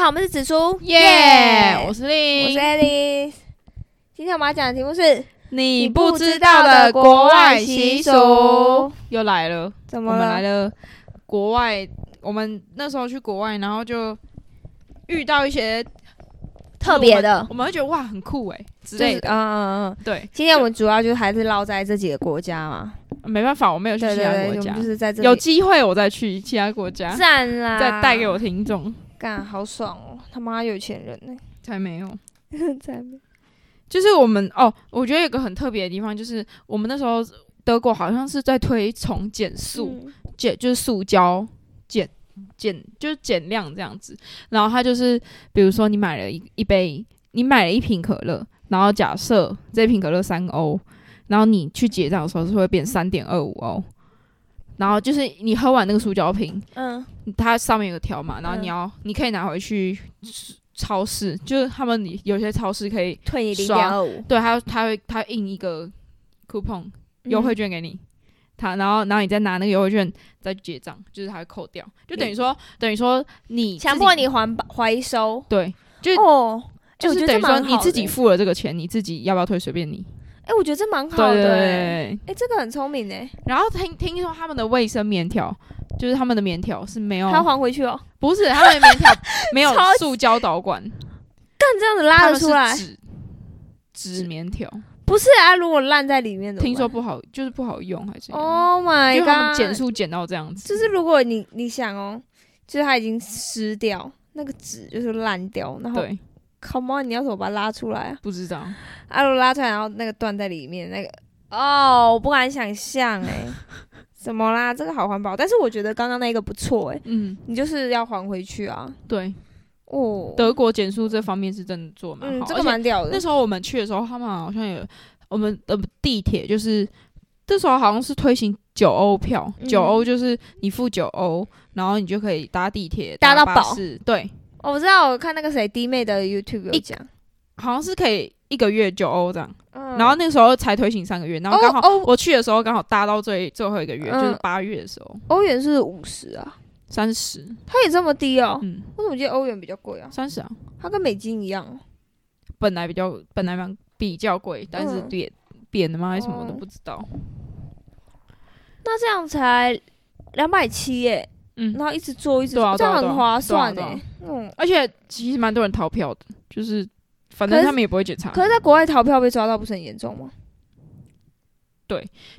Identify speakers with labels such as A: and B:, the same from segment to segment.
A: 好，我们是紫苏，
B: 耶、
A: 耶
B: 我是
A: 我
B: 令，
A: 是 Alice。今天我们要讲的题目是
B: 你不知道的国外习俗又来了，
A: 怎
B: 我
A: 么
B: 们来
A: 了？
B: 了国外，我们那时候去国外，然后就遇到一些
A: 特别的
B: 就是我们我们会觉得哇很酷哎、之
A: 就是
B: 类
A: 嗯
B: 的，
A: 嗯嗯，
B: 对，
A: 今天我们主要就还是捞在这几个国家嘛，
B: 没办法，我没有去
A: 对
B: 其
A: 对
B: 他
A: 对，
B: 国
A: 我
B: 家
A: 们就，是在这
B: 有
A: 里啊
B: 机会我再去其他国家，
A: 赞啦，
B: 再带给我听众，
A: 干，好爽哦！他妈有钱人呢、
B: 才没有。
A: 在那边
B: 就是我们哦，我觉得有个很特别的地方，就是我们那时候德国好像是在推崇减塑，
A: 嗯
B: 减、就是塑胶减减就是减量这样子。然后它就是，比如说你买了一一杯，你买了一瓶可乐，然后假设这瓶可乐三欧，然后你去结账的时候是会变三点二五欧。然后就是你喝完那个塑胶瓶，
A: 嗯，
B: 它上面有个条码，然后
A: 嗯
B: 你要、你可以拿回去超市，就是他们有些超市可以
A: 退你零
B: 爽
A: 点二五
B: 对，他他会他印一个 coupon 优
A: 嗯
B: 惠券给你，他然后然后你再拿那个优惠券再结账，就是他会扣掉，就等于说、等于说你自
A: 强
B: 己
A: 迫你还回收
B: 对，就
A: 哦，哎
B: 就
A: 我
B: 是
A: 觉得
B: 等
A: 这
B: 于说
A: 蛮好
B: 你
A: 的
B: 自己
A: 欸
B: 付了这个钱，你自己要不要退随便你。
A: 哎、我觉得这蛮
B: 对
A: 好的、欸，
B: 对对。
A: 哎、这个很聪明哎、
B: 然后听听说他们的卫生棉条，就是他们的棉条是没有
A: 他，还回去哦，
B: 不是他们的 棉条没有
A: 超
B: 塑胶导管，
A: 干这样子
B: 他
A: 拉得
B: 们是
A: 出来，
B: 纸纸棉条，
A: 不是啊？如果烂在里面的，
B: 听说不好，就是不好用还是怎样？
A: ，Oh my
B: 就他们减
A: god，
B: 速减到这样子，
A: 就是如果你你想哦，就是它已经湿掉，那个纸就是烂掉，然后
B: 对，
A: come on，你要怎么把它拉出来啊？
B: 不知道，
A: 阿鲁拉出来，然后那个断在里面，那个哦，我不敢想象哎、 怎么啦？这个好环保，但是我觉得刚刚那个不错哎、
B: 嗯，
A: 你就是要还回去啊。
B: 对，
A: 哦，
B: 德国减速这方面是真的做得蛮
A: 嗯
B: 好，，
A: 这
B: 而
A: 个
B: 且
A: 蛮屌的
B: 那。时候我们去的时候，他们好像有我们的地铁就是。这时候好像是推行九欧票，
A: 嗯
B: 九、欧就是你付九欧，然后你就可以搭地铁、
A: 搭到
B: 巴
A: 饱
B: 士，对，
A: 哦我知道，我看那个谁弟妹的 YouTube 有
B: 一
A: 讲，
B: 好像是可以一个月九欧这样。
A: 嗯
B: 然后那时候才推行三个月，然后
A: 哦
B: 刚好、
A: 哦
B: 我去的时候刚好搭到最最后一个月，
A: 嗯
B: 就是八月的时候，
A: 欧元是五十啊，
B: 三十，
A: 它也这么低哦？
B: 嗯，
A: 我怎么记得欧元比较贵啊？
B: 三十啊，
A: 它跟美金一样哦。
B: 本来比较本来蛮比较贵，但是
A: 嗯
B: 贬贬的吗还是什么我都
A: 哦
B: 不知道。
A: 那这样才两百七耶，
B: 嗯，
A: 然后一直做一直
B: 对啊
A: 做，这样
B: 对啊
A: 很划
B: 对啊
A: 算
B: 对啊
A: 哎。嗯，
B: 而且其实蛮多人逃票的，就是反
A: 可
B: 正
A: 是
B: 他们也不会检查。
A: 可是在国外逃票被抓到不是很严重吗？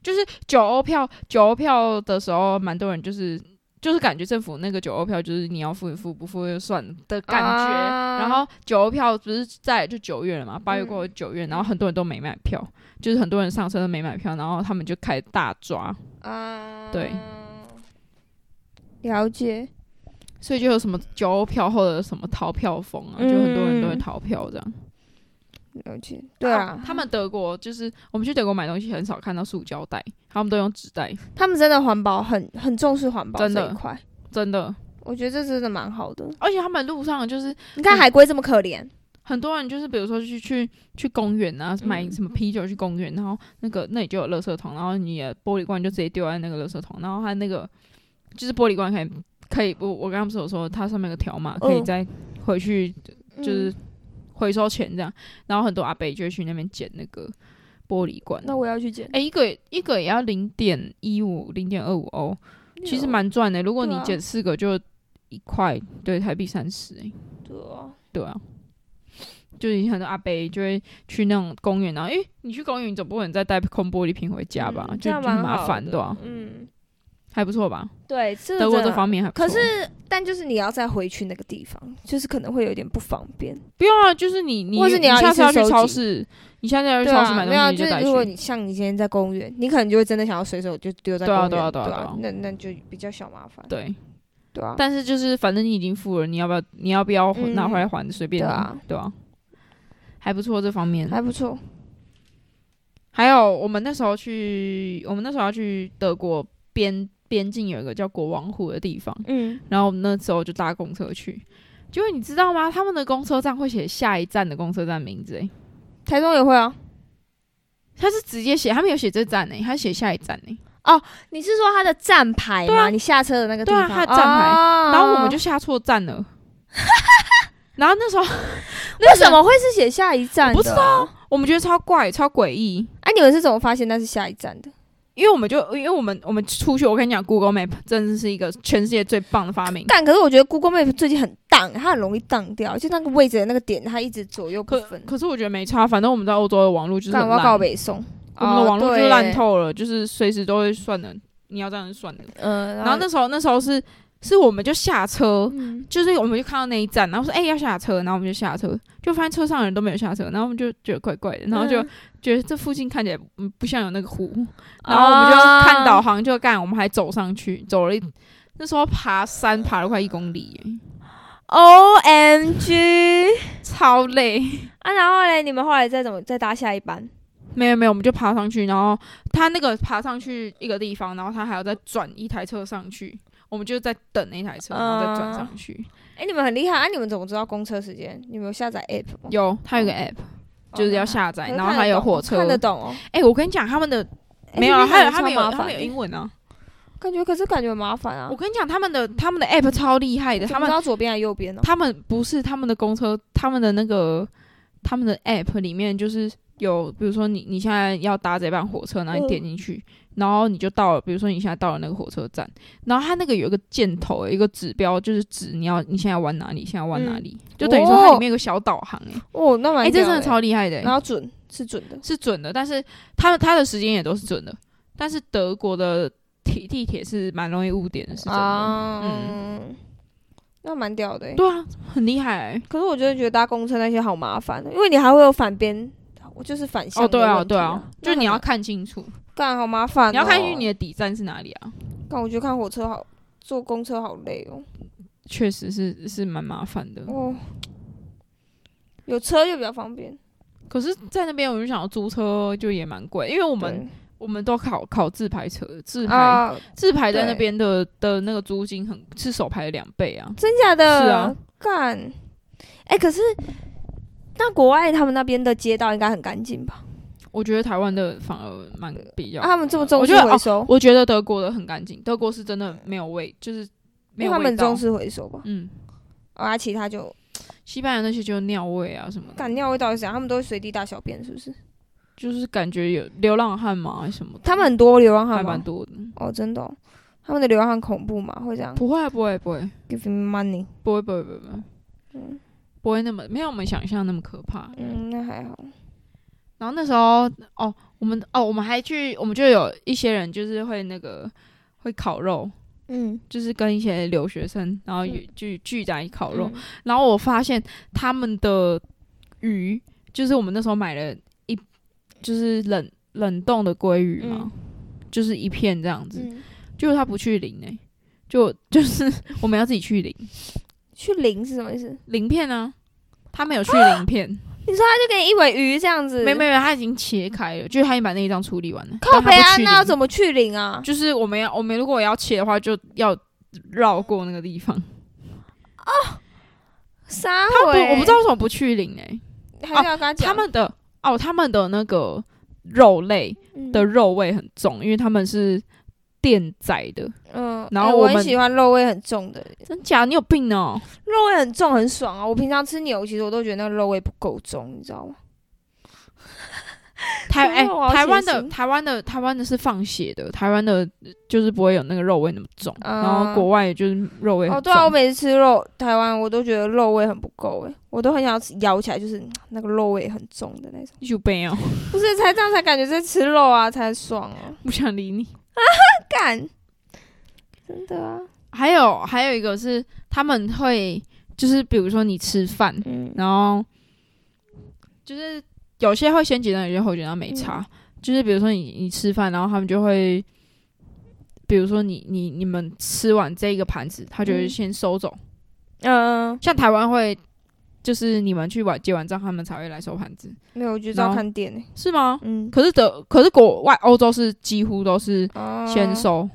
B: 就是九欧票，九欧票的时候，蛮多人就是就是感觉政府那个九欧票就是你要付也付，不付就算的感觉。
A: 啊嗯
B: 然后九欧票不是在就九月了嘛，八月过后九月，然后很多人都没买票，就是很多人上车都没买票，然后他们就开始大抓，
A: 啊，
B: 对，
A: 了解。
B: 所以就有什么九欧票或者什么逃票风啊，就很多人都会
A: 嗯
B: 逃票这样。
A: 了解，对啊，
B: 他们德国就是我们去德国买东西很少看到塑胶袋，他们都用纸袋，
A: 他们真的环保很很重视环保
B: 真的
A: 这一块，
B: 真的。
A: 我觉得这真的蛮好的。
B: 而且他们路上就是
A: 你看
B: 嗯
A: 海龟这么可怜，
B: 很多人就是比如说去去去公园啊，买
A: 嗯
B: 什么啤酒去公园，然后那个那里就有垃圾桶，然后你的玻璃罐就直接丢在那个垃圾桶，然后它那个就是玻璃罐可以可以，我我刚刚不是有说它上面有个条码，可以
A: 嗯
B: 再回去就是
A: 嗯
B: 回收钱这样，然后很多阿伯就会去那边捡那个玻璃罐。
A: 那我要去捡。
B: 哎、一个一个也要零点一五、零点二五欧，其实蛮赚的。如果你
A: 对啊
B: 减四个，就一块，对，台币三十、哎，
A: 对啊，
B: 对啊。就是很多阿伯就会去那种公园，然后诶、你去公园，你总不能再带空玻璃瓶回家吧？
A: 嗯这
B: 就就
A: 样
B: 很
A: 蛮
B: 麻
A: 好
B: 烦，
A: 的
B: 对啊，
A: 嗯，
B: 还不错吧？
A: 对，这个
B: 德国
A: 真的
B: 这方面还不错。
A: 可是，但就是你要再回去那个地方，就是可能会有点不方便。
B: 不用啊，就是你你
A: 或是你要
B: 下
A: 一
B: 次
A: 次
B: 要去
A: 收集
B: 超市，你下次要去
A: 对
B: 超市
A: 啊，
B: 买
A: 没有啊，
B: 东西
A: 就
B: 你带
A: 是如果
B: 去。
A: 你像你今天在公园，你可能就会真的想要随手就丢在
B: 对
A: 公
B: 啊
A: 园，
B: 对啊对
A: 对
B: 啊对啊
A: 那那就比较小麻烦，
B: 对，
A: 对啊。
B: 但是就是反正你已经付了，你要不要你要不要
A: 嗯
B: 拿回来还？随便
A: 对
B: 你
A: 啊，
B: 对啊，还不错这方面。
A: 还不错，
B: 还有我们那时候去，我们那时候要去德国边边境有一个叫国王湖的地方，
A: 嗯，
B: 然后我们那时候就搭公车去。结果你知道吗？他们的公车站会写下一站的公车站名字、欸，
A: 台中也会啊。
B: 他是直接写，他没有写这站呢、他写下一站 呢、
A: 你是说它的站啊牌吗？你下车的那个地
B: 对啊
A: 方，
B: 它的站牌
A: 哦
B: 然后我们就下错站了，然后那时候
A: 为啊什么会是写下一站的啊？
B: 我不知道我们觉得超怪、超诡异，
A: 哎、你们是怎么发现那是下一站的？
B: 因为我们就因为我们我们出去，我跟你讲，Google Map 真的是一个全世界最棒的发明。
A: 但可是我觉得 Google Map 最近很荡，它很容易荡掉，就那个位置的那个点，它一直左右 不
B: 可
A: 分。
B: 可是我觉得没差，反正我们在欧洲的网络就是
A: 干
B: 很
A: 我要告
B: 烂，
A: 北宋，
B: 我们的网络就
A: 哦
B: 烂。透了，就是随时都会算的，你要这样就算的。
A: 对嗯，
B: 然后那时候那时候是是我们就下车，
A: 嗯
B: 就是我们就看到那一站，然后说哎、要下车，然后我们就下车，就发现车上的人都没有下车，然后我们就觉得怪怪的，然后
A: 嗯
B: 就
A: 哦
B: 觉得这附近看起来嗯不像有那个湖，然后我们就看导
A: 啊
B: 航就干，我们还走上去，走了一那时候爬山爬了快一公里耶，
A: O M G
B: 超累。
A: 啊，然后嘞，你们后来再怎么再搭下一班？
B: 没有没有，我们就爬上去，然后他那个爬上去一个地方，然后他还要再转一台车上去，我们就在等那台车，然后再转上去。
A: 哎、你们很厉害啊！你们怎么知道公车时间？你们有下载 app 吗？
B: 有，他
A: 哦
B: 有个 app，、就是要下载，然后还有火车
A: 看。得懂哦。
B: 哎、我跟你讲，他们的没有啊，
A: 欸
B: 还
A: 这边
B: 有他们
A: 超
B: 有
A: 麻
B: 他们
A: 烦
B: 有
A: 的
B: 英文啊。
A: 感觉，可是感觉很麻烦啊
B: 我。跟你讲，他们的他们的 app 超厉害的，
A: 怎
B: 他
A: 么知
B: 们
A: 道左边还是右边呢、哦
B: 他们不是他们的公车，他们的那个他们的 app 里面就是有，比如说你你现在要搭这班火车，然后你
A: 嗯
B: 点进去，然后你就到了，比如说你现在到了那个火车站，然后它那个有一个箭头，有一个指标，就是指你要你现在往哪里，现在往哪里，就等于说它里面有个小导航、欸，
A: 嗯哦，那
B: 哎、
A: 蛮、欸、
B: 这真的超厉害的、欸
A: 然后准是准的，
B: 是准的，但是它它的时间也都是准的，但是德国的铁地铁是蛮容易误点的，是真的，
A: 啊，
B: 嗯
A: 嗯，那蛮屌的欸、
B: 对啊，很厉害、欸。
A: 可是我真的觉得搭公车那些好麻烦，哦因为你还会有反边，我就是反向、
B: 哦，对
A: 啊，
B: 啊，对啊，
A: 那
B: 就
A: 很
B: 你要
A: 麻
B: 看清楚，
A: 干好麻烦哦、
B: 你要看清楚你的底站是哪里啊。
A: 干，我觉得看火车好，坐公车好累哦、
B: 确实是是蛮麻烦的，
A: 哦，有车就比较方便。
B: 可是，在那边我就想要租车就也蛮贵，因为我
A: 我
B: 们我们都考考自排车，自排、
A: 啊，
B: 自排在那
A: 对
B: 边的的那个租金很是手排的两倍啊，
A: 真假的？
B: 是啊，
A: 干，哎、可是那国外他们那边的街道应该很干净吧？
B: 我觉得台湾的反而蛮比较、
A: 啊，他们这么重
B: 我
A: 视
B: 觉得哦
A: 回收，
B: 我觉得德国的很干净，德国是真的没有味，就是
A: 因为
B: 没有
A: 他们
B: 味
A: 很
B: 道
A: 重。视回收吧？
B: 嗯，
A: 啊，其他就
B: 西班牙那些就是尿味啊什么的，
A: 干尿味道是怎样？他们都会随地大小便，是不是？
B: 就是感觉有流浪汉嘛还是什么的，
A: 他们很多流浪
B: 还
A: 汉
B: 蛮
A: 吗？
B: 多的。
A: 哦，真的哦、他们的流浪汉恐怖吗？会这样
B: 不会啊，不会，不会，
A: give me money？
B: 不会，不会，不会，不会，不会那么没有我们想象那么可怕。
A: 嗯，那还好。
B: 然后那时候哦，我们哦，我们还去，我们就有一些人就是会那个会烤肉，
A: 嗯，
B: 就是跟一些留学生，然后
A: 嗯
B: 也聚聚在一起烤肉。
A: 嗯
B: 然后我发现他们的鱼，就是我们那时候买了一，就是冷冷冻的鲑鱼嘛，就是一片这样子，
A: 嗯，
B: 就是他不去鳞哎、就 就是我们要自己去鳞
A: 去零是什么意思？
B: 鳞片啊，他没有去鳞片。
A: 你说他就给你一尾鱼这样子？
B: 没没没，他已经切开了，就是他已经把那一张处理完了。
A: 靠北
B: 但他
A: 啊
B: 不，去
A: 那要
B: 领
A: 怎么去领啊？
B: 就是我们要我们如果要切的话，就要绕过那个 地方。
A: 杀
B: 他不，
A: 尾，
B: 我不知道为什么不去领哎、
A: 还是要跟他讲
B: 他们的哦，他们的那个肉类
A: 嗯
B: 的肉味很重，因为他们是电宰的。
A: 嗯，
B: 然后
A: 哎
B: 我
A: 我
B: 们
A: 很喜欢肉味很重的，
B: 真假？你有病哦、
A: 肉味很重很爽啊！我平常吃牛，其实我都觉得那个肉味不够重，你知道吗？
B: 台
A: 对
B: 哎、
A: 啊我好
B: 台湾
A: 血
B: 的
A: 腥
B: 台湾的台湾的是放血的，台湾的就是不会有那个肉味那么重。
A: 嗯
B: 然后国外就是肉味很重。
A: 哦，对啊，我每次吃肉，台湾我都觉得肉味很不够哎，我都很想要吃咬起来就是嗯那个肉味很重的那种，
B: 有病哦、
A: 不是才这样才感觉在吃肉啊，才爽啊！
B: 不想理你。
A: 干，真的啊，
B: 还有还有一个是他们会就是比如说你吃饭，
A: 嗯
B: 然后就是有些会先结账，有些后结账
A: 嗯
B: 没差。就是比如说你你吃饭，然后他们就会，比如说你你你们吃完这一个盘子，他就会
A: 嗯
B: 先收走。
A: 嗯，
B: 像台湾会，就是你们去完结完账，他们才会来收盘子，
A: 没有，我就知道看店哎，
B: 是吗？
A: 嗯，
B: 可是德可是国外欧洲是几乎都是
A: 哦
B: 先收，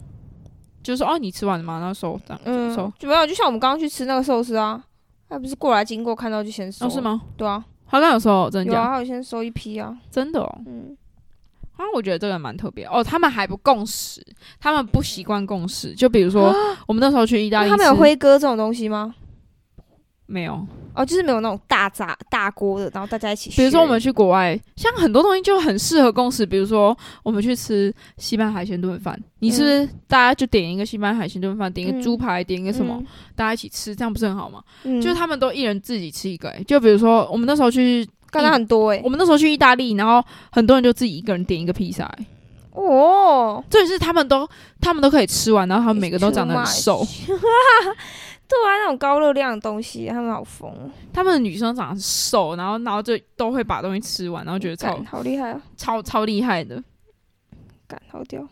B: 就是说哦你吃完了吗？然后收这样、
A: 嗯
B: 收，。
A: 就没有，就像我们刚刚去吃那个寿司啊，他不是过来经过看到就先收、
B: 哦是？吗？
A: 对啊，
B: 好像有收哦，真
A: 有
B: 的假
A: 啊，
B: 的？
A: 还有先收一批啊，
B: 真的哦，
A: 嗯，
B: 啊，我觉得这个蛮特别哦。他们还不共识，他们不习惯共识。就比如说，我们那时候去意大利
A: 啊那
B: 吃，
A: 他们有辉哥这种东西吗？
B: 没有。
A: 哦，就是没有那种大炸大锅的，然后大家一起。
B: 比如说我们，去国外，像很多东西就很适合共识。比如说我们去吃西班牙海鲜炖饭，你是不是大家就点一个西班牙海鲜炖饭，点一个
A: 嗯
B: 猪排，点一个什么，大家一起吃，这样不是很好吗？
A: 嗯？嗯，
B: 就是他们都一人自己吃一个、欸。就比如说我们那时候去，
A: 刚刚很多哎
B: 我，们那时候去意大利，然后很多人就自己一个人点一个披萨、欸。
A: 哦，
B: 重点是他们都他们都可以吃完，然后他们每个都长得很
A: It's
B: 瘦
A: too，对 啊，那种高热量的东西，他们好疯哦，
B: 他们的女生长得很瘦，然后然后就都会把东西吃完，然后觉得超
A: 干好厉害啊，
B: 超超厉害的。
A: 干好屌。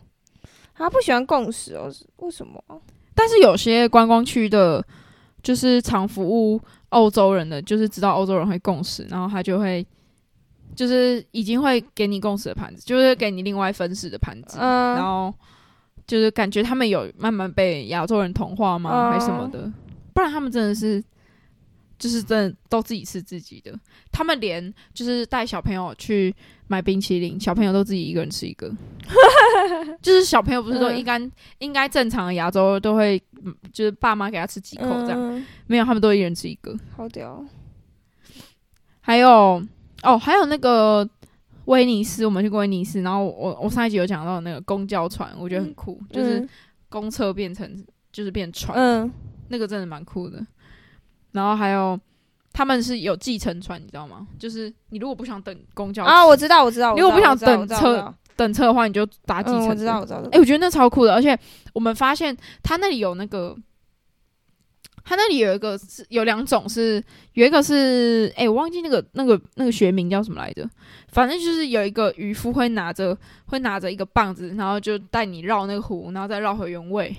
A: 他不喜欢共识哦，是为什么啊？
B: 但是有些观光区的，就是常服务欧洲人的，就是知道欧洲人会共识，然后他就会就是已经会给你共识的盘子，就是给你另外分食的盘子，然
A: 嗯，
B: 后就是感觉他们有慢慢被亚洲人同化吗，
A: 嗯
B: 还是什么的？不然他们真的是。就是真的都自己吃自己的，他们连就是带小朋友去买冰淇淋，小朋友都自己一个人吃 一个。就是小朋友不是都
A: 嗯
B: 应该、应该正常的亚洲都会，嗯就是爸妈给他吃几口这样，
A: 嗯，
B: 没有他们都一人吃一个。
A: 好屌。哦
B: 还有哦，还有那个威尼斯，我们去过威尼斯，然后我我上一集有讲到那个公交船，
A: 嗯
B: 我觉得很酷，就是公车变成就是变船，呃
A: 嗯，
B: 那个真的蛮酷的。然后还有他们是有计程船，你知道吗？就是你如果不想等公交
A: 嗯啊，我知道，我知道，
B: 因为我不
A: 知道
B: 想等，
A: 我知
B: 车
A: 道
B: 等车的话，你就搭
A: 我
B: 计
A: 知道嗯，
B: 程
A: 我知
B: 车
A: 道，。我知道，
B: 哎、我觉得那超酷的，而且我们发现它那里有那个，它那里有一个是有两种是，有一个是哎、我忘记那个那个那个学名叫什么来着，反正就是有一个渔夫会拿着会拿着一个棒子，然后就带你绕那个湖，然后再绕回原位。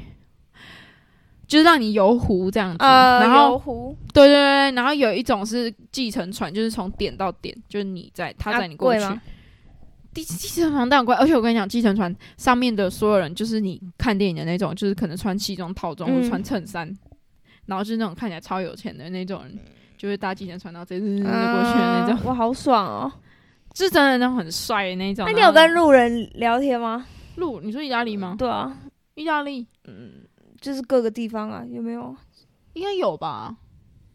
B: 就是让你游湖这样子，
A: 呃，
B: 然后
A: 游湖
B: 对对对，然后有一种是计程船，就是从点到点，就是你在他
A: 啊
B: 载你过去
A: 贵。吗
B: 计计程船当然贵，而且我跟你讲，计程船上面的所有人，就是你看电影的那种，就是可能穿西装套
A: 嗯
B: 装、或者穿衬衫，然后就是那种看起来超有钱的那种人，就会搭计程船，然后直接日日过去的那种，
A: 嗯我好爽哦。
B: 是真的那种很帅的那种。
A: 那你有跟
B: 路
A: 路人聊天吗？
B: 路？你说意大利吗？
A: 对啊，
B: 意大利
A: 就是各个地方啊，有没有？
B: 应该有吧？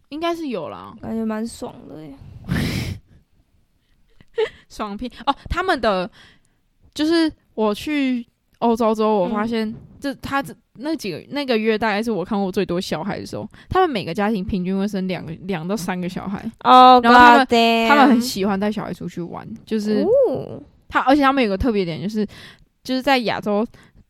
B: 应该是有啦。
A: 感觉蛮爽的耶。
B: 双拼哦，他们的就是我去欧洲之后，我
A: 嗯
B: 发现这他这那几个那个月大概是我看过最多小孩的时候，他们每个家庭平均会生两个两到三个小孩，
A: 哦
B: 然后他们
A: God damn
B: 他们很喜欢带小孩出去玩，就是
A: 哦，
B: 他，而且他们有个特别点就是就是在亚洲。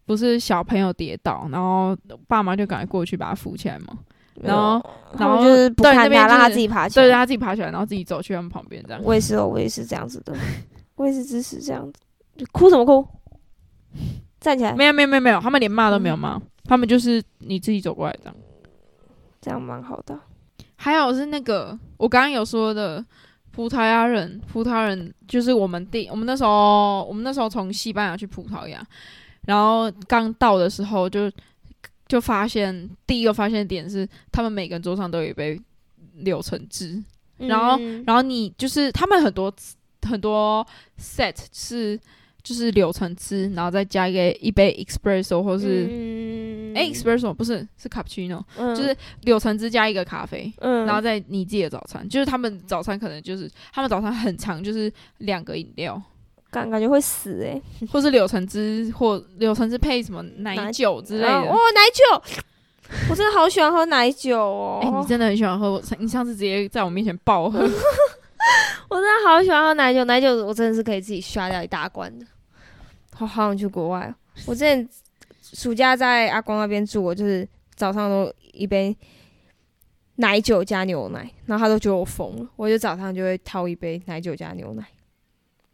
B: 不是小朋友跌倒，然后爸妈就赶快过去把他扶起来嘛。然后
A: 他
B: 然
A: 们
B: 后
A: 就是不
B: 对
A: 看
B: 那边
A: 他，让
B: 就
A: 他
B: 是
A: 自己爬起来。
B: 对，啊他自己爬起来，然后自己走去他们旁边这样。
A: 我也是哦，我也是这样子的，我也是支持这样子。哭什么哭？ 站起来，
B: 没有没有没有没有，他们连骂都
A: 嗯
B: 没有骂，他们就是你自己走过来这样。
A: 这样蛮好的。
B: 还有是那个我刚刚有说的葡萄牙人，葡萄牙人就是我们第我们那时候我们那时候从西班牙去葡萄牙，然后刚到的时候就就发现第一个发现的点是他们每个人桌上都有一杯柳橙汁，然后
A: 嗯
B: 然后你就是他们很多很多 set 是就是柳橙汁，然后再加一个一杯 espresso 或是
A: 嗯
B: 哎、espresso 不是是 cappuccino，、
A: 嗯
B: 就是柳橙汁加一个咖啡，
A: 嗯，
B: 然后再你自己的早餐，就是他们早餐可能就是他们早餐很长，就是两个饮 料，
A: 感感觉会死哎，
B: 或是柳橙汁或柳橙汁配什么奶
A: 奶
B: 酒之类
A: 然后
B: 的
A: 哦。，奶酒， 我真的好喜欢喝奶酒哦。
B: 哎、你真的很喜欢喝，我你上次直接在我面前暴
A: 我
B: 喝，
A: 真的好喜欢喝奶酒，奶酒我真的是可以自己刷掉一大罐的。好好想去国外哦，我之前暑假在阿光那边住，我就是早上都一杯奶酒加牛奶，然后他都觉得我疯了，我就早上就会掏一杯奶酒加牛奶，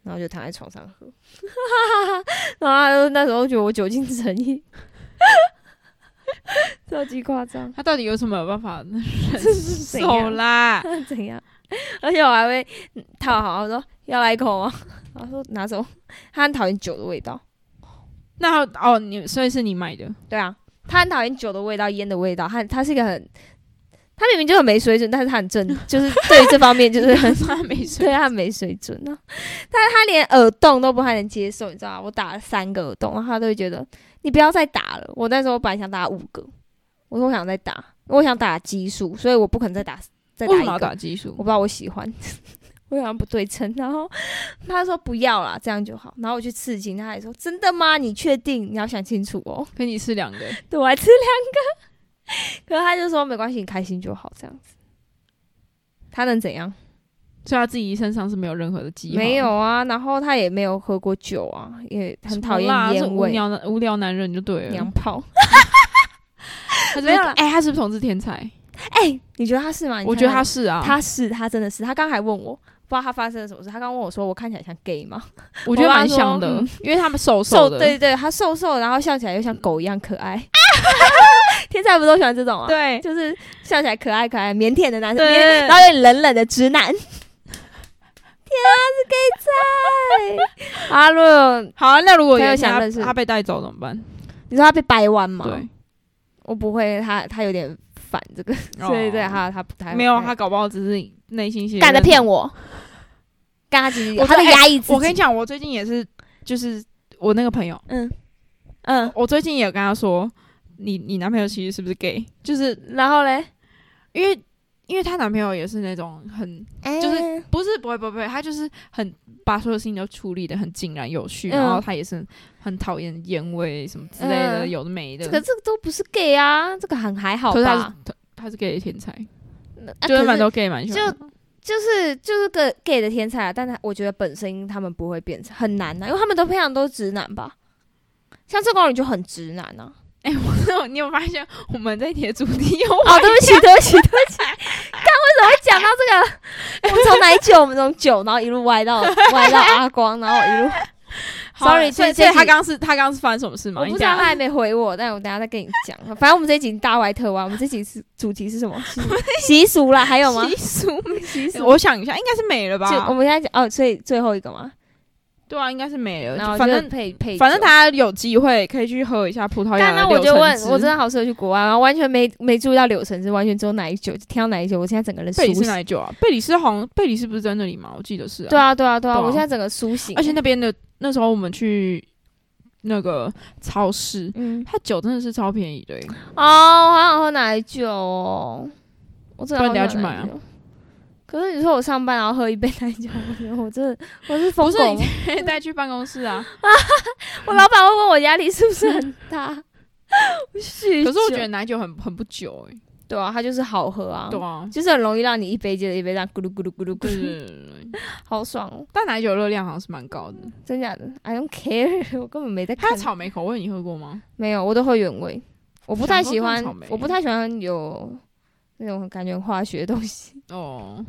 A: 然后就躺在床上喝， 然后他就那时候觉得我酒精成瘾， 超级夸张，
B: 他到底有什么办法能
A: 这是怎
B: 受
A: 样？
B: 啦？
A: 怎样？而且我还会嗯套好，我说要来一口吗？ 然后说拿走，他很讨厌酒的味道。
B: 那哦，你所以是你买的，
A: 对啊，他很讨厌酒的味道、烟的味道。他他是一个很，他明明就很没水准，但是他很正， 就是对于这方面就是很
B: 他没水
A: 对他很没水准啊。但是他连耳洞都不太能接受，你知道吗？我打了三个耳洞，然后他都会觉得你不要再打了。我那时候本来想打五个，我说我想再打，因为我想打奇数，所以我不可能再打再
B: 为
A: 打
B: 什
A: 一
B: 么要
A: 个。
B: 打激素
A: 我不？知道我喜欢， 我好像不对称。然后他说不要啦，这样就好。然后我去刺青，他还说真的吗？你确定？你要想清楚哦。
B: 跟你吃两个欸，
A: 对我还吃两个，可是他就说没关系，你开心就好，这样子。他能怎样？
B: 所以他自己身上是没有任何的记号，
A: 没有啊，然后他也没有喝过酒啊，也很讨厌
B: 什么啦是
A: 烟
B: 无
A: 味、
B: 聊男无聊男人就对了
A: 娘。炮。
B: 他就
A: 没
B: 是
A: 有啦
B: 哎、他是不是同志天才？
A: 哎、你觉得他是吗？你
B: 我
A: 看
B: 觉得
A: 他
B: 他是啊，
A: 他是他真的是，他刚还问我，不知道他发生了什么事。他刚问我说，我看起来像 gay 吗？
B: 我觉得
A: 我爸
B: 蛮
A: 说
B: 像的
A: 嗯，
B: 因为他们瘦
A: 瘦，
B: 的，
A: 对对，他瘦瘦的，然后笑起来又像狗一样可 爱。天才不都喜欢这种啊？，
B: 对
A: 就是笑起来可爱可爱、腼腆的男生，
B: 对
A: 腼然后有点冷冷的直男。天啊，是 gay 菜！阿洛，
B: 好啊，那如果
A: 他
B: 有
A: 有
B: 一天
A: 想
B: 他
A: 认识
B: 他被带走怎么办？
A: 你说他被掰弯吗？
B: 对，，
A: 我不会，他他有点反这个，所以对
B: 哦
A: 他他不太
B: 没有，他搞不好只是内心戏
A: 敢在骗。我，干他其实
B: 我
A: 他在
B: 在
A: 压抑自己。
B: 我跟你讲，我最近也是，就是我那个朋友，
A: 嗯嗯，
B: 我最近也有跟他说，你你男朋友其实是不是 gay？就是
A: 然后嘞，
B: 因为因为她男朋友也是那种很
A: 就是
B: 不是不会不会不会，他就是很把所有事情都处理的很井然有序，
A: 嗯
B: 然后他也是很讨厌烟味什么之类的，
A: 嗯
B: 有的没的。
A: 这个这个都不是 gay 啊，这个很还好
B: 可是他是
A: 吧？啊
B: 他他是 gay 的天才，
A: 那啊
B: 就是
A: 可
B: 蛮多 gay 蛮喜
A: 就
B: 欢。
A: 就是就是个 gay 的天才啊，但他我觉得本身他们不会变成很难呐、啊因为他们都培养都是直男吧。像这光宇就很直男呐、啊。
B: 就你哎有发现我们这一题的主题有
A: 哦，对不 起，对不起，对不起。看为什么会讲到这个？我们从奶酒，我们从酒，然后一路歪 到歪到阿光，然后一路 Sorry，
B: 所以
A: 这这
B: 所以他
A: 集
B: 刚刚是他刚刚是发生什么事吗？
A: 我
B: 你
A: 不知道
B: 等
A: 他
B: 下
A: 还没回我，但我等一下再跟你讲。反正我们这一集大歪特歪，我们这集是主题是什么？ 习习俗啦，还有吗？
B: 习俗没
A: 习
B: 我想一下，应该是没了
A: 就我
B: 吧？
A: 们现在讲哦，所以最后一个嘛，
B: 对啊，应该是没了。
A: 然后
B: 就反
A: 就
B: 正
A: 配配酒，
B: 反正大家有机会可以去喝一下葡萄牙
A: 但
B: 的
A: 那我
B: 柳
A: 就
B: 橙
A: 问
B: 汁，
A: 我真的好适合去国外吗？完全没没注意到柳橙汁，完全只有奶酒，就听到奶酒，我现在整个人苏
B: 贝里斯
A: 醒。
B: 奶酒啊，贝里斯好像贝里斯不是在那里吗？我记得是、啊。
A: 对啊，对啊，对啊！
B: 对啊
A: 我现在整个苏醒，
B: 而且那边的那时候我们去那个超市，
A: 嗯，
B: 它酒真的是超便宜的欸、
A: 哦，我好想喝奶酒哦，我真的
B: 不然
A: 好
B: 你要
A: 想
B: 去买啊
A: 奶酒。可是你说我上班然后喝一杯奶酒，我觉得我真的我是
B: 不
A: 疯
B: 是
A: 狗
B: 你
A: 吗，
B: 可以带去办公室啊。
A: 我老板会问我压力是不是很大？ 可
B: 可
A: 是
B: 是我觉得奶酒很很不久哎、
A: 对啊，它就是好喝啊，
B: 对啊，
A: 就是很容易让你一杯接着一杯这样咕噜咕噜咕噜咕
B: 对对
A: 噜，
B: 对对对
A: 好爽哦！
B: 但奶酒热量好像是蛮高的。
A: 真假的？I don't care，我根本没在
B: 它
A: 嗯看
B: 的。草莓口味你喝过吗？
A: 没有，我都喝原味。我不太喜欢
B: 想喝更草莓，
A: 我不太喜欢有那种感觉很化学的东 西。
B: 哦，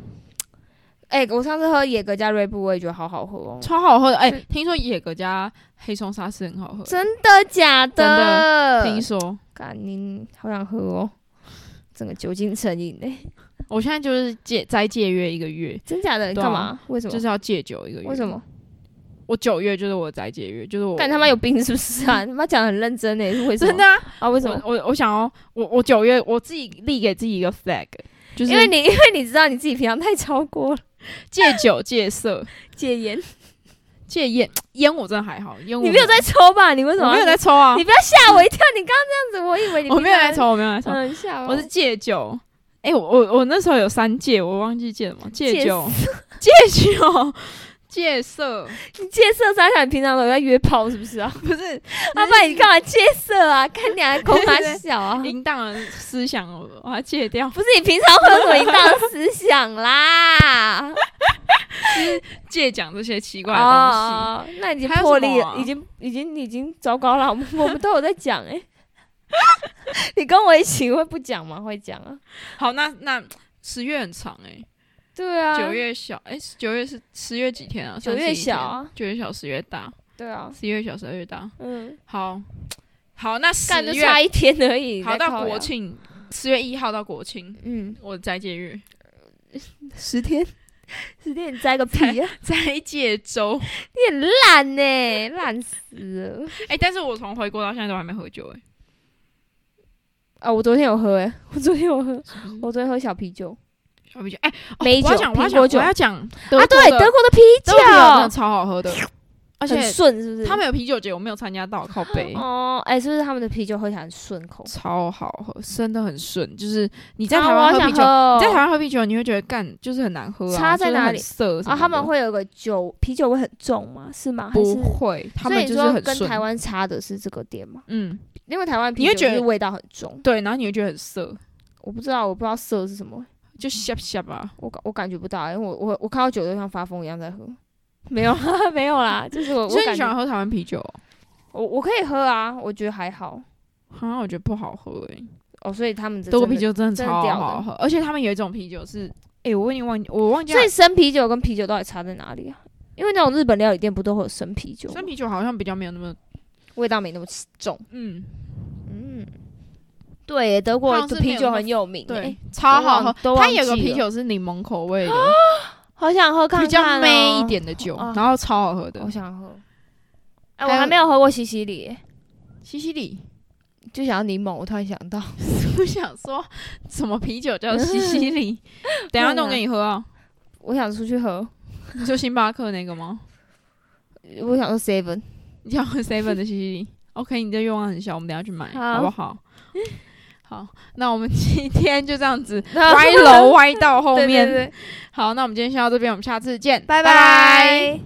A: 哎、我上次喝野格加瑞布，我也觉得好好喝哦。
B: 超好喝的哎、
A: 是
B: 听说野格加黑松沙士很好喝，
A: 真的假的？
B: 听说。
A: 干你好想喝哦！整个酒精成瘾哎、
B: 我现在就是戒斋戒月一个月，
A: 真假的？
B: 对啊
A: 干、嘛？为什么？
B: 就是要戒酒一个月。
A: 哦为什么？？
B: 我九月就是我斋戒月，就是我
A: 干他妈有病是不是 啊？他妈讲得很认真哎、是为什么？
B: 真的啊！
A: 啊？为什么
B: 我？我我想要我我九月我自己立给自己一个 flag，就是
A: 因为你 因为你知道你自己平常太超过了
B: 戒酒、戒色、
A: 戒烟，你
B: 戒烟。烟我真的还好，烟我
A: 没有在抽吧？你为什么？
B: 我没有在，抽啊
A: 你，不要吓我一跳！你刚刚这样子，我以为你
B: 我没有在抽，我没有在抽，
A: 嗯，吓
B: 我是戒酒。哎，我我我那时候有三戒，我忘记戒了嘛，戒
A: 戒
B: 酒、 戒酒、戒色，
A: 你戒色三小，你平常都有在约炮是不是啊？
B: 不是
A: 阿爸，你干嘛戒色啊？看你还空他小 啊？
B: 淫荡的思想，我把它 戒掉。
A: 不是你平常会有什么淫荡思想啦？
B: 戒讲这些奇 怪的东西。
A: 哦，那已经
B: 还有
A: 破
B: 什么
A: 例了
B: 啊，
A: 已经已经已经糟糕了。我 们我们都有在讲哎、 你跟我一起会不讲吗？会讲啊？
B: 好，那那十月很长哎，
A: 对啊，
B: 九月小，哎、九月是十月几天啊？
A: 九月
B: 31天
A: 小啊，
B: 九月小，十月大，
A: 对啊，
B: 十一月小，十二月大。
A: 嗯，
B: 好，好，那十
A: 干就
B: 月
A: 差一天而已。
B: 好
A: 你在靠
B: 到
A: 呀
B: 国，庆，十月一号到国庆，
A: 嗯，
B: 我斋戒月，
A: 十天，十天你摘个屁 呀、
B: 斋戒周。
A: 你很烂呢、烂死了。
B: 哎、但是我从回国到现在都还没喝酒哎、
A: 啊，我昨天有喝诶、我昨天有喝，
B: 是不是
A: 我昨天喝小啤酒
B: 小啤酒，哎、哦
A: 嗯美
B: 我要
A: 酒
B: 讲，我要
A: 苹果
B: 讲，
A: 酒
B: 我要讲
A: 啊，对，
B: 德
A: 德国的啤
B: 德国啤酒真的
A: 酒，
B: 超好喝的，而且
A: 很顺，是不是？
B: 他们有啤酒节，我没有参加到，靠背。
A: 哦，哎、是不是他们的啤酒喝起来很顺口？
B: 超好喝，真的很顺。就是你在
A: 啊
B: 台
A: 我好
B: 湾喝
A: 想
B: 啤酒，
A: 喝
B: 你在
A: 哦
B: 台湾喝啤酒，你会觉得干就是很难喝啊，
A: 差在
B: 就是很
A: 哪里
B: 涩什么
A: 啊，他们
B: 的
A: 会有个酒啤酒味很重吗？是吗？还
B: 不
A: 是
B: 会？他
A: 所以
B: 们
A: 你
B: 就是
A: 说
B: 很
A: 跟
B: 顺
A: 台。湾差的是这个点吗？
B: 嗯，
A: 因为台湾啤
B: 你
A: 酒
B: 会觉
A: 就
B: 得
A: 是味道很重，
B: 对，然后你会觉得很涩，
A: 我不知道，我不知道涩是什么，
B: 就下下吧。
A: 我感我感觉不到，因为我我我看到酒都像发疯一样在喝，没有啦 没有啦，就是我我
B: 所以你
A: 感
B: 喜
A: 觉
B: 欢喝台湾啤酒哦？
A: 我我可以喝啊，我觉得还好
B: 啊，我觉得不好喝哎、
A: 哦，所以他们这
B: 德国
A: 真
B: 啤
A: 的，
B: 酒真的
A: 真的
B: 超
A: 屌的
B: 好喝，而且他们有一种啤酒是，哎、我问你忘记，我忘记
A: 所以
B: 了，
A: 生啤酒跟啤酒到底差在哪里啊？因为那种日本料理店不都会有生啤酒吗，
B: 生啤酒好像比较没有那么，
A: 味道没那么重，
B: 嗯，
A: 嗯，对耶，德
B: 好
A: 国
B: 像
A: 的
B: 是没有
A: 啤酒
B: 那么
A: 很有名，
B: 对
A: 哎，，
B: 超好喝。
A: 都忘
B: 它有个
A: 记
B: 啤
A: 了
B: 酒是柠檬口味的，
A: 好想喝看看、
B: 比较 man 一，点的酒
A: 哦，
B: 然后超好喝的
A: 我。想喝。哎、
B: 还
A: 我
B: 有
A: 还没有喝过西西里耶，
B: 西西里，
A: 就想要柠檬，我突然想到，
B: 我想说，什么啤酒叫西 西里？等一下弄给你喝啊！
A: 我想出去喝，
B: 你说星巴克那个吗？
A: 我想喝 seven。
B: 你想喝 seven 的西西里？OK，你的愿望很小，我们等一下去买，
A: 好
B: 好不好？好，那我们 今天就这样 子歪
A: 歪
B: 楼歪到后
A: 对
B: 面。
A: 对对
B: 好，那我们今天先到这边，我们下次见，
A: 拜拜。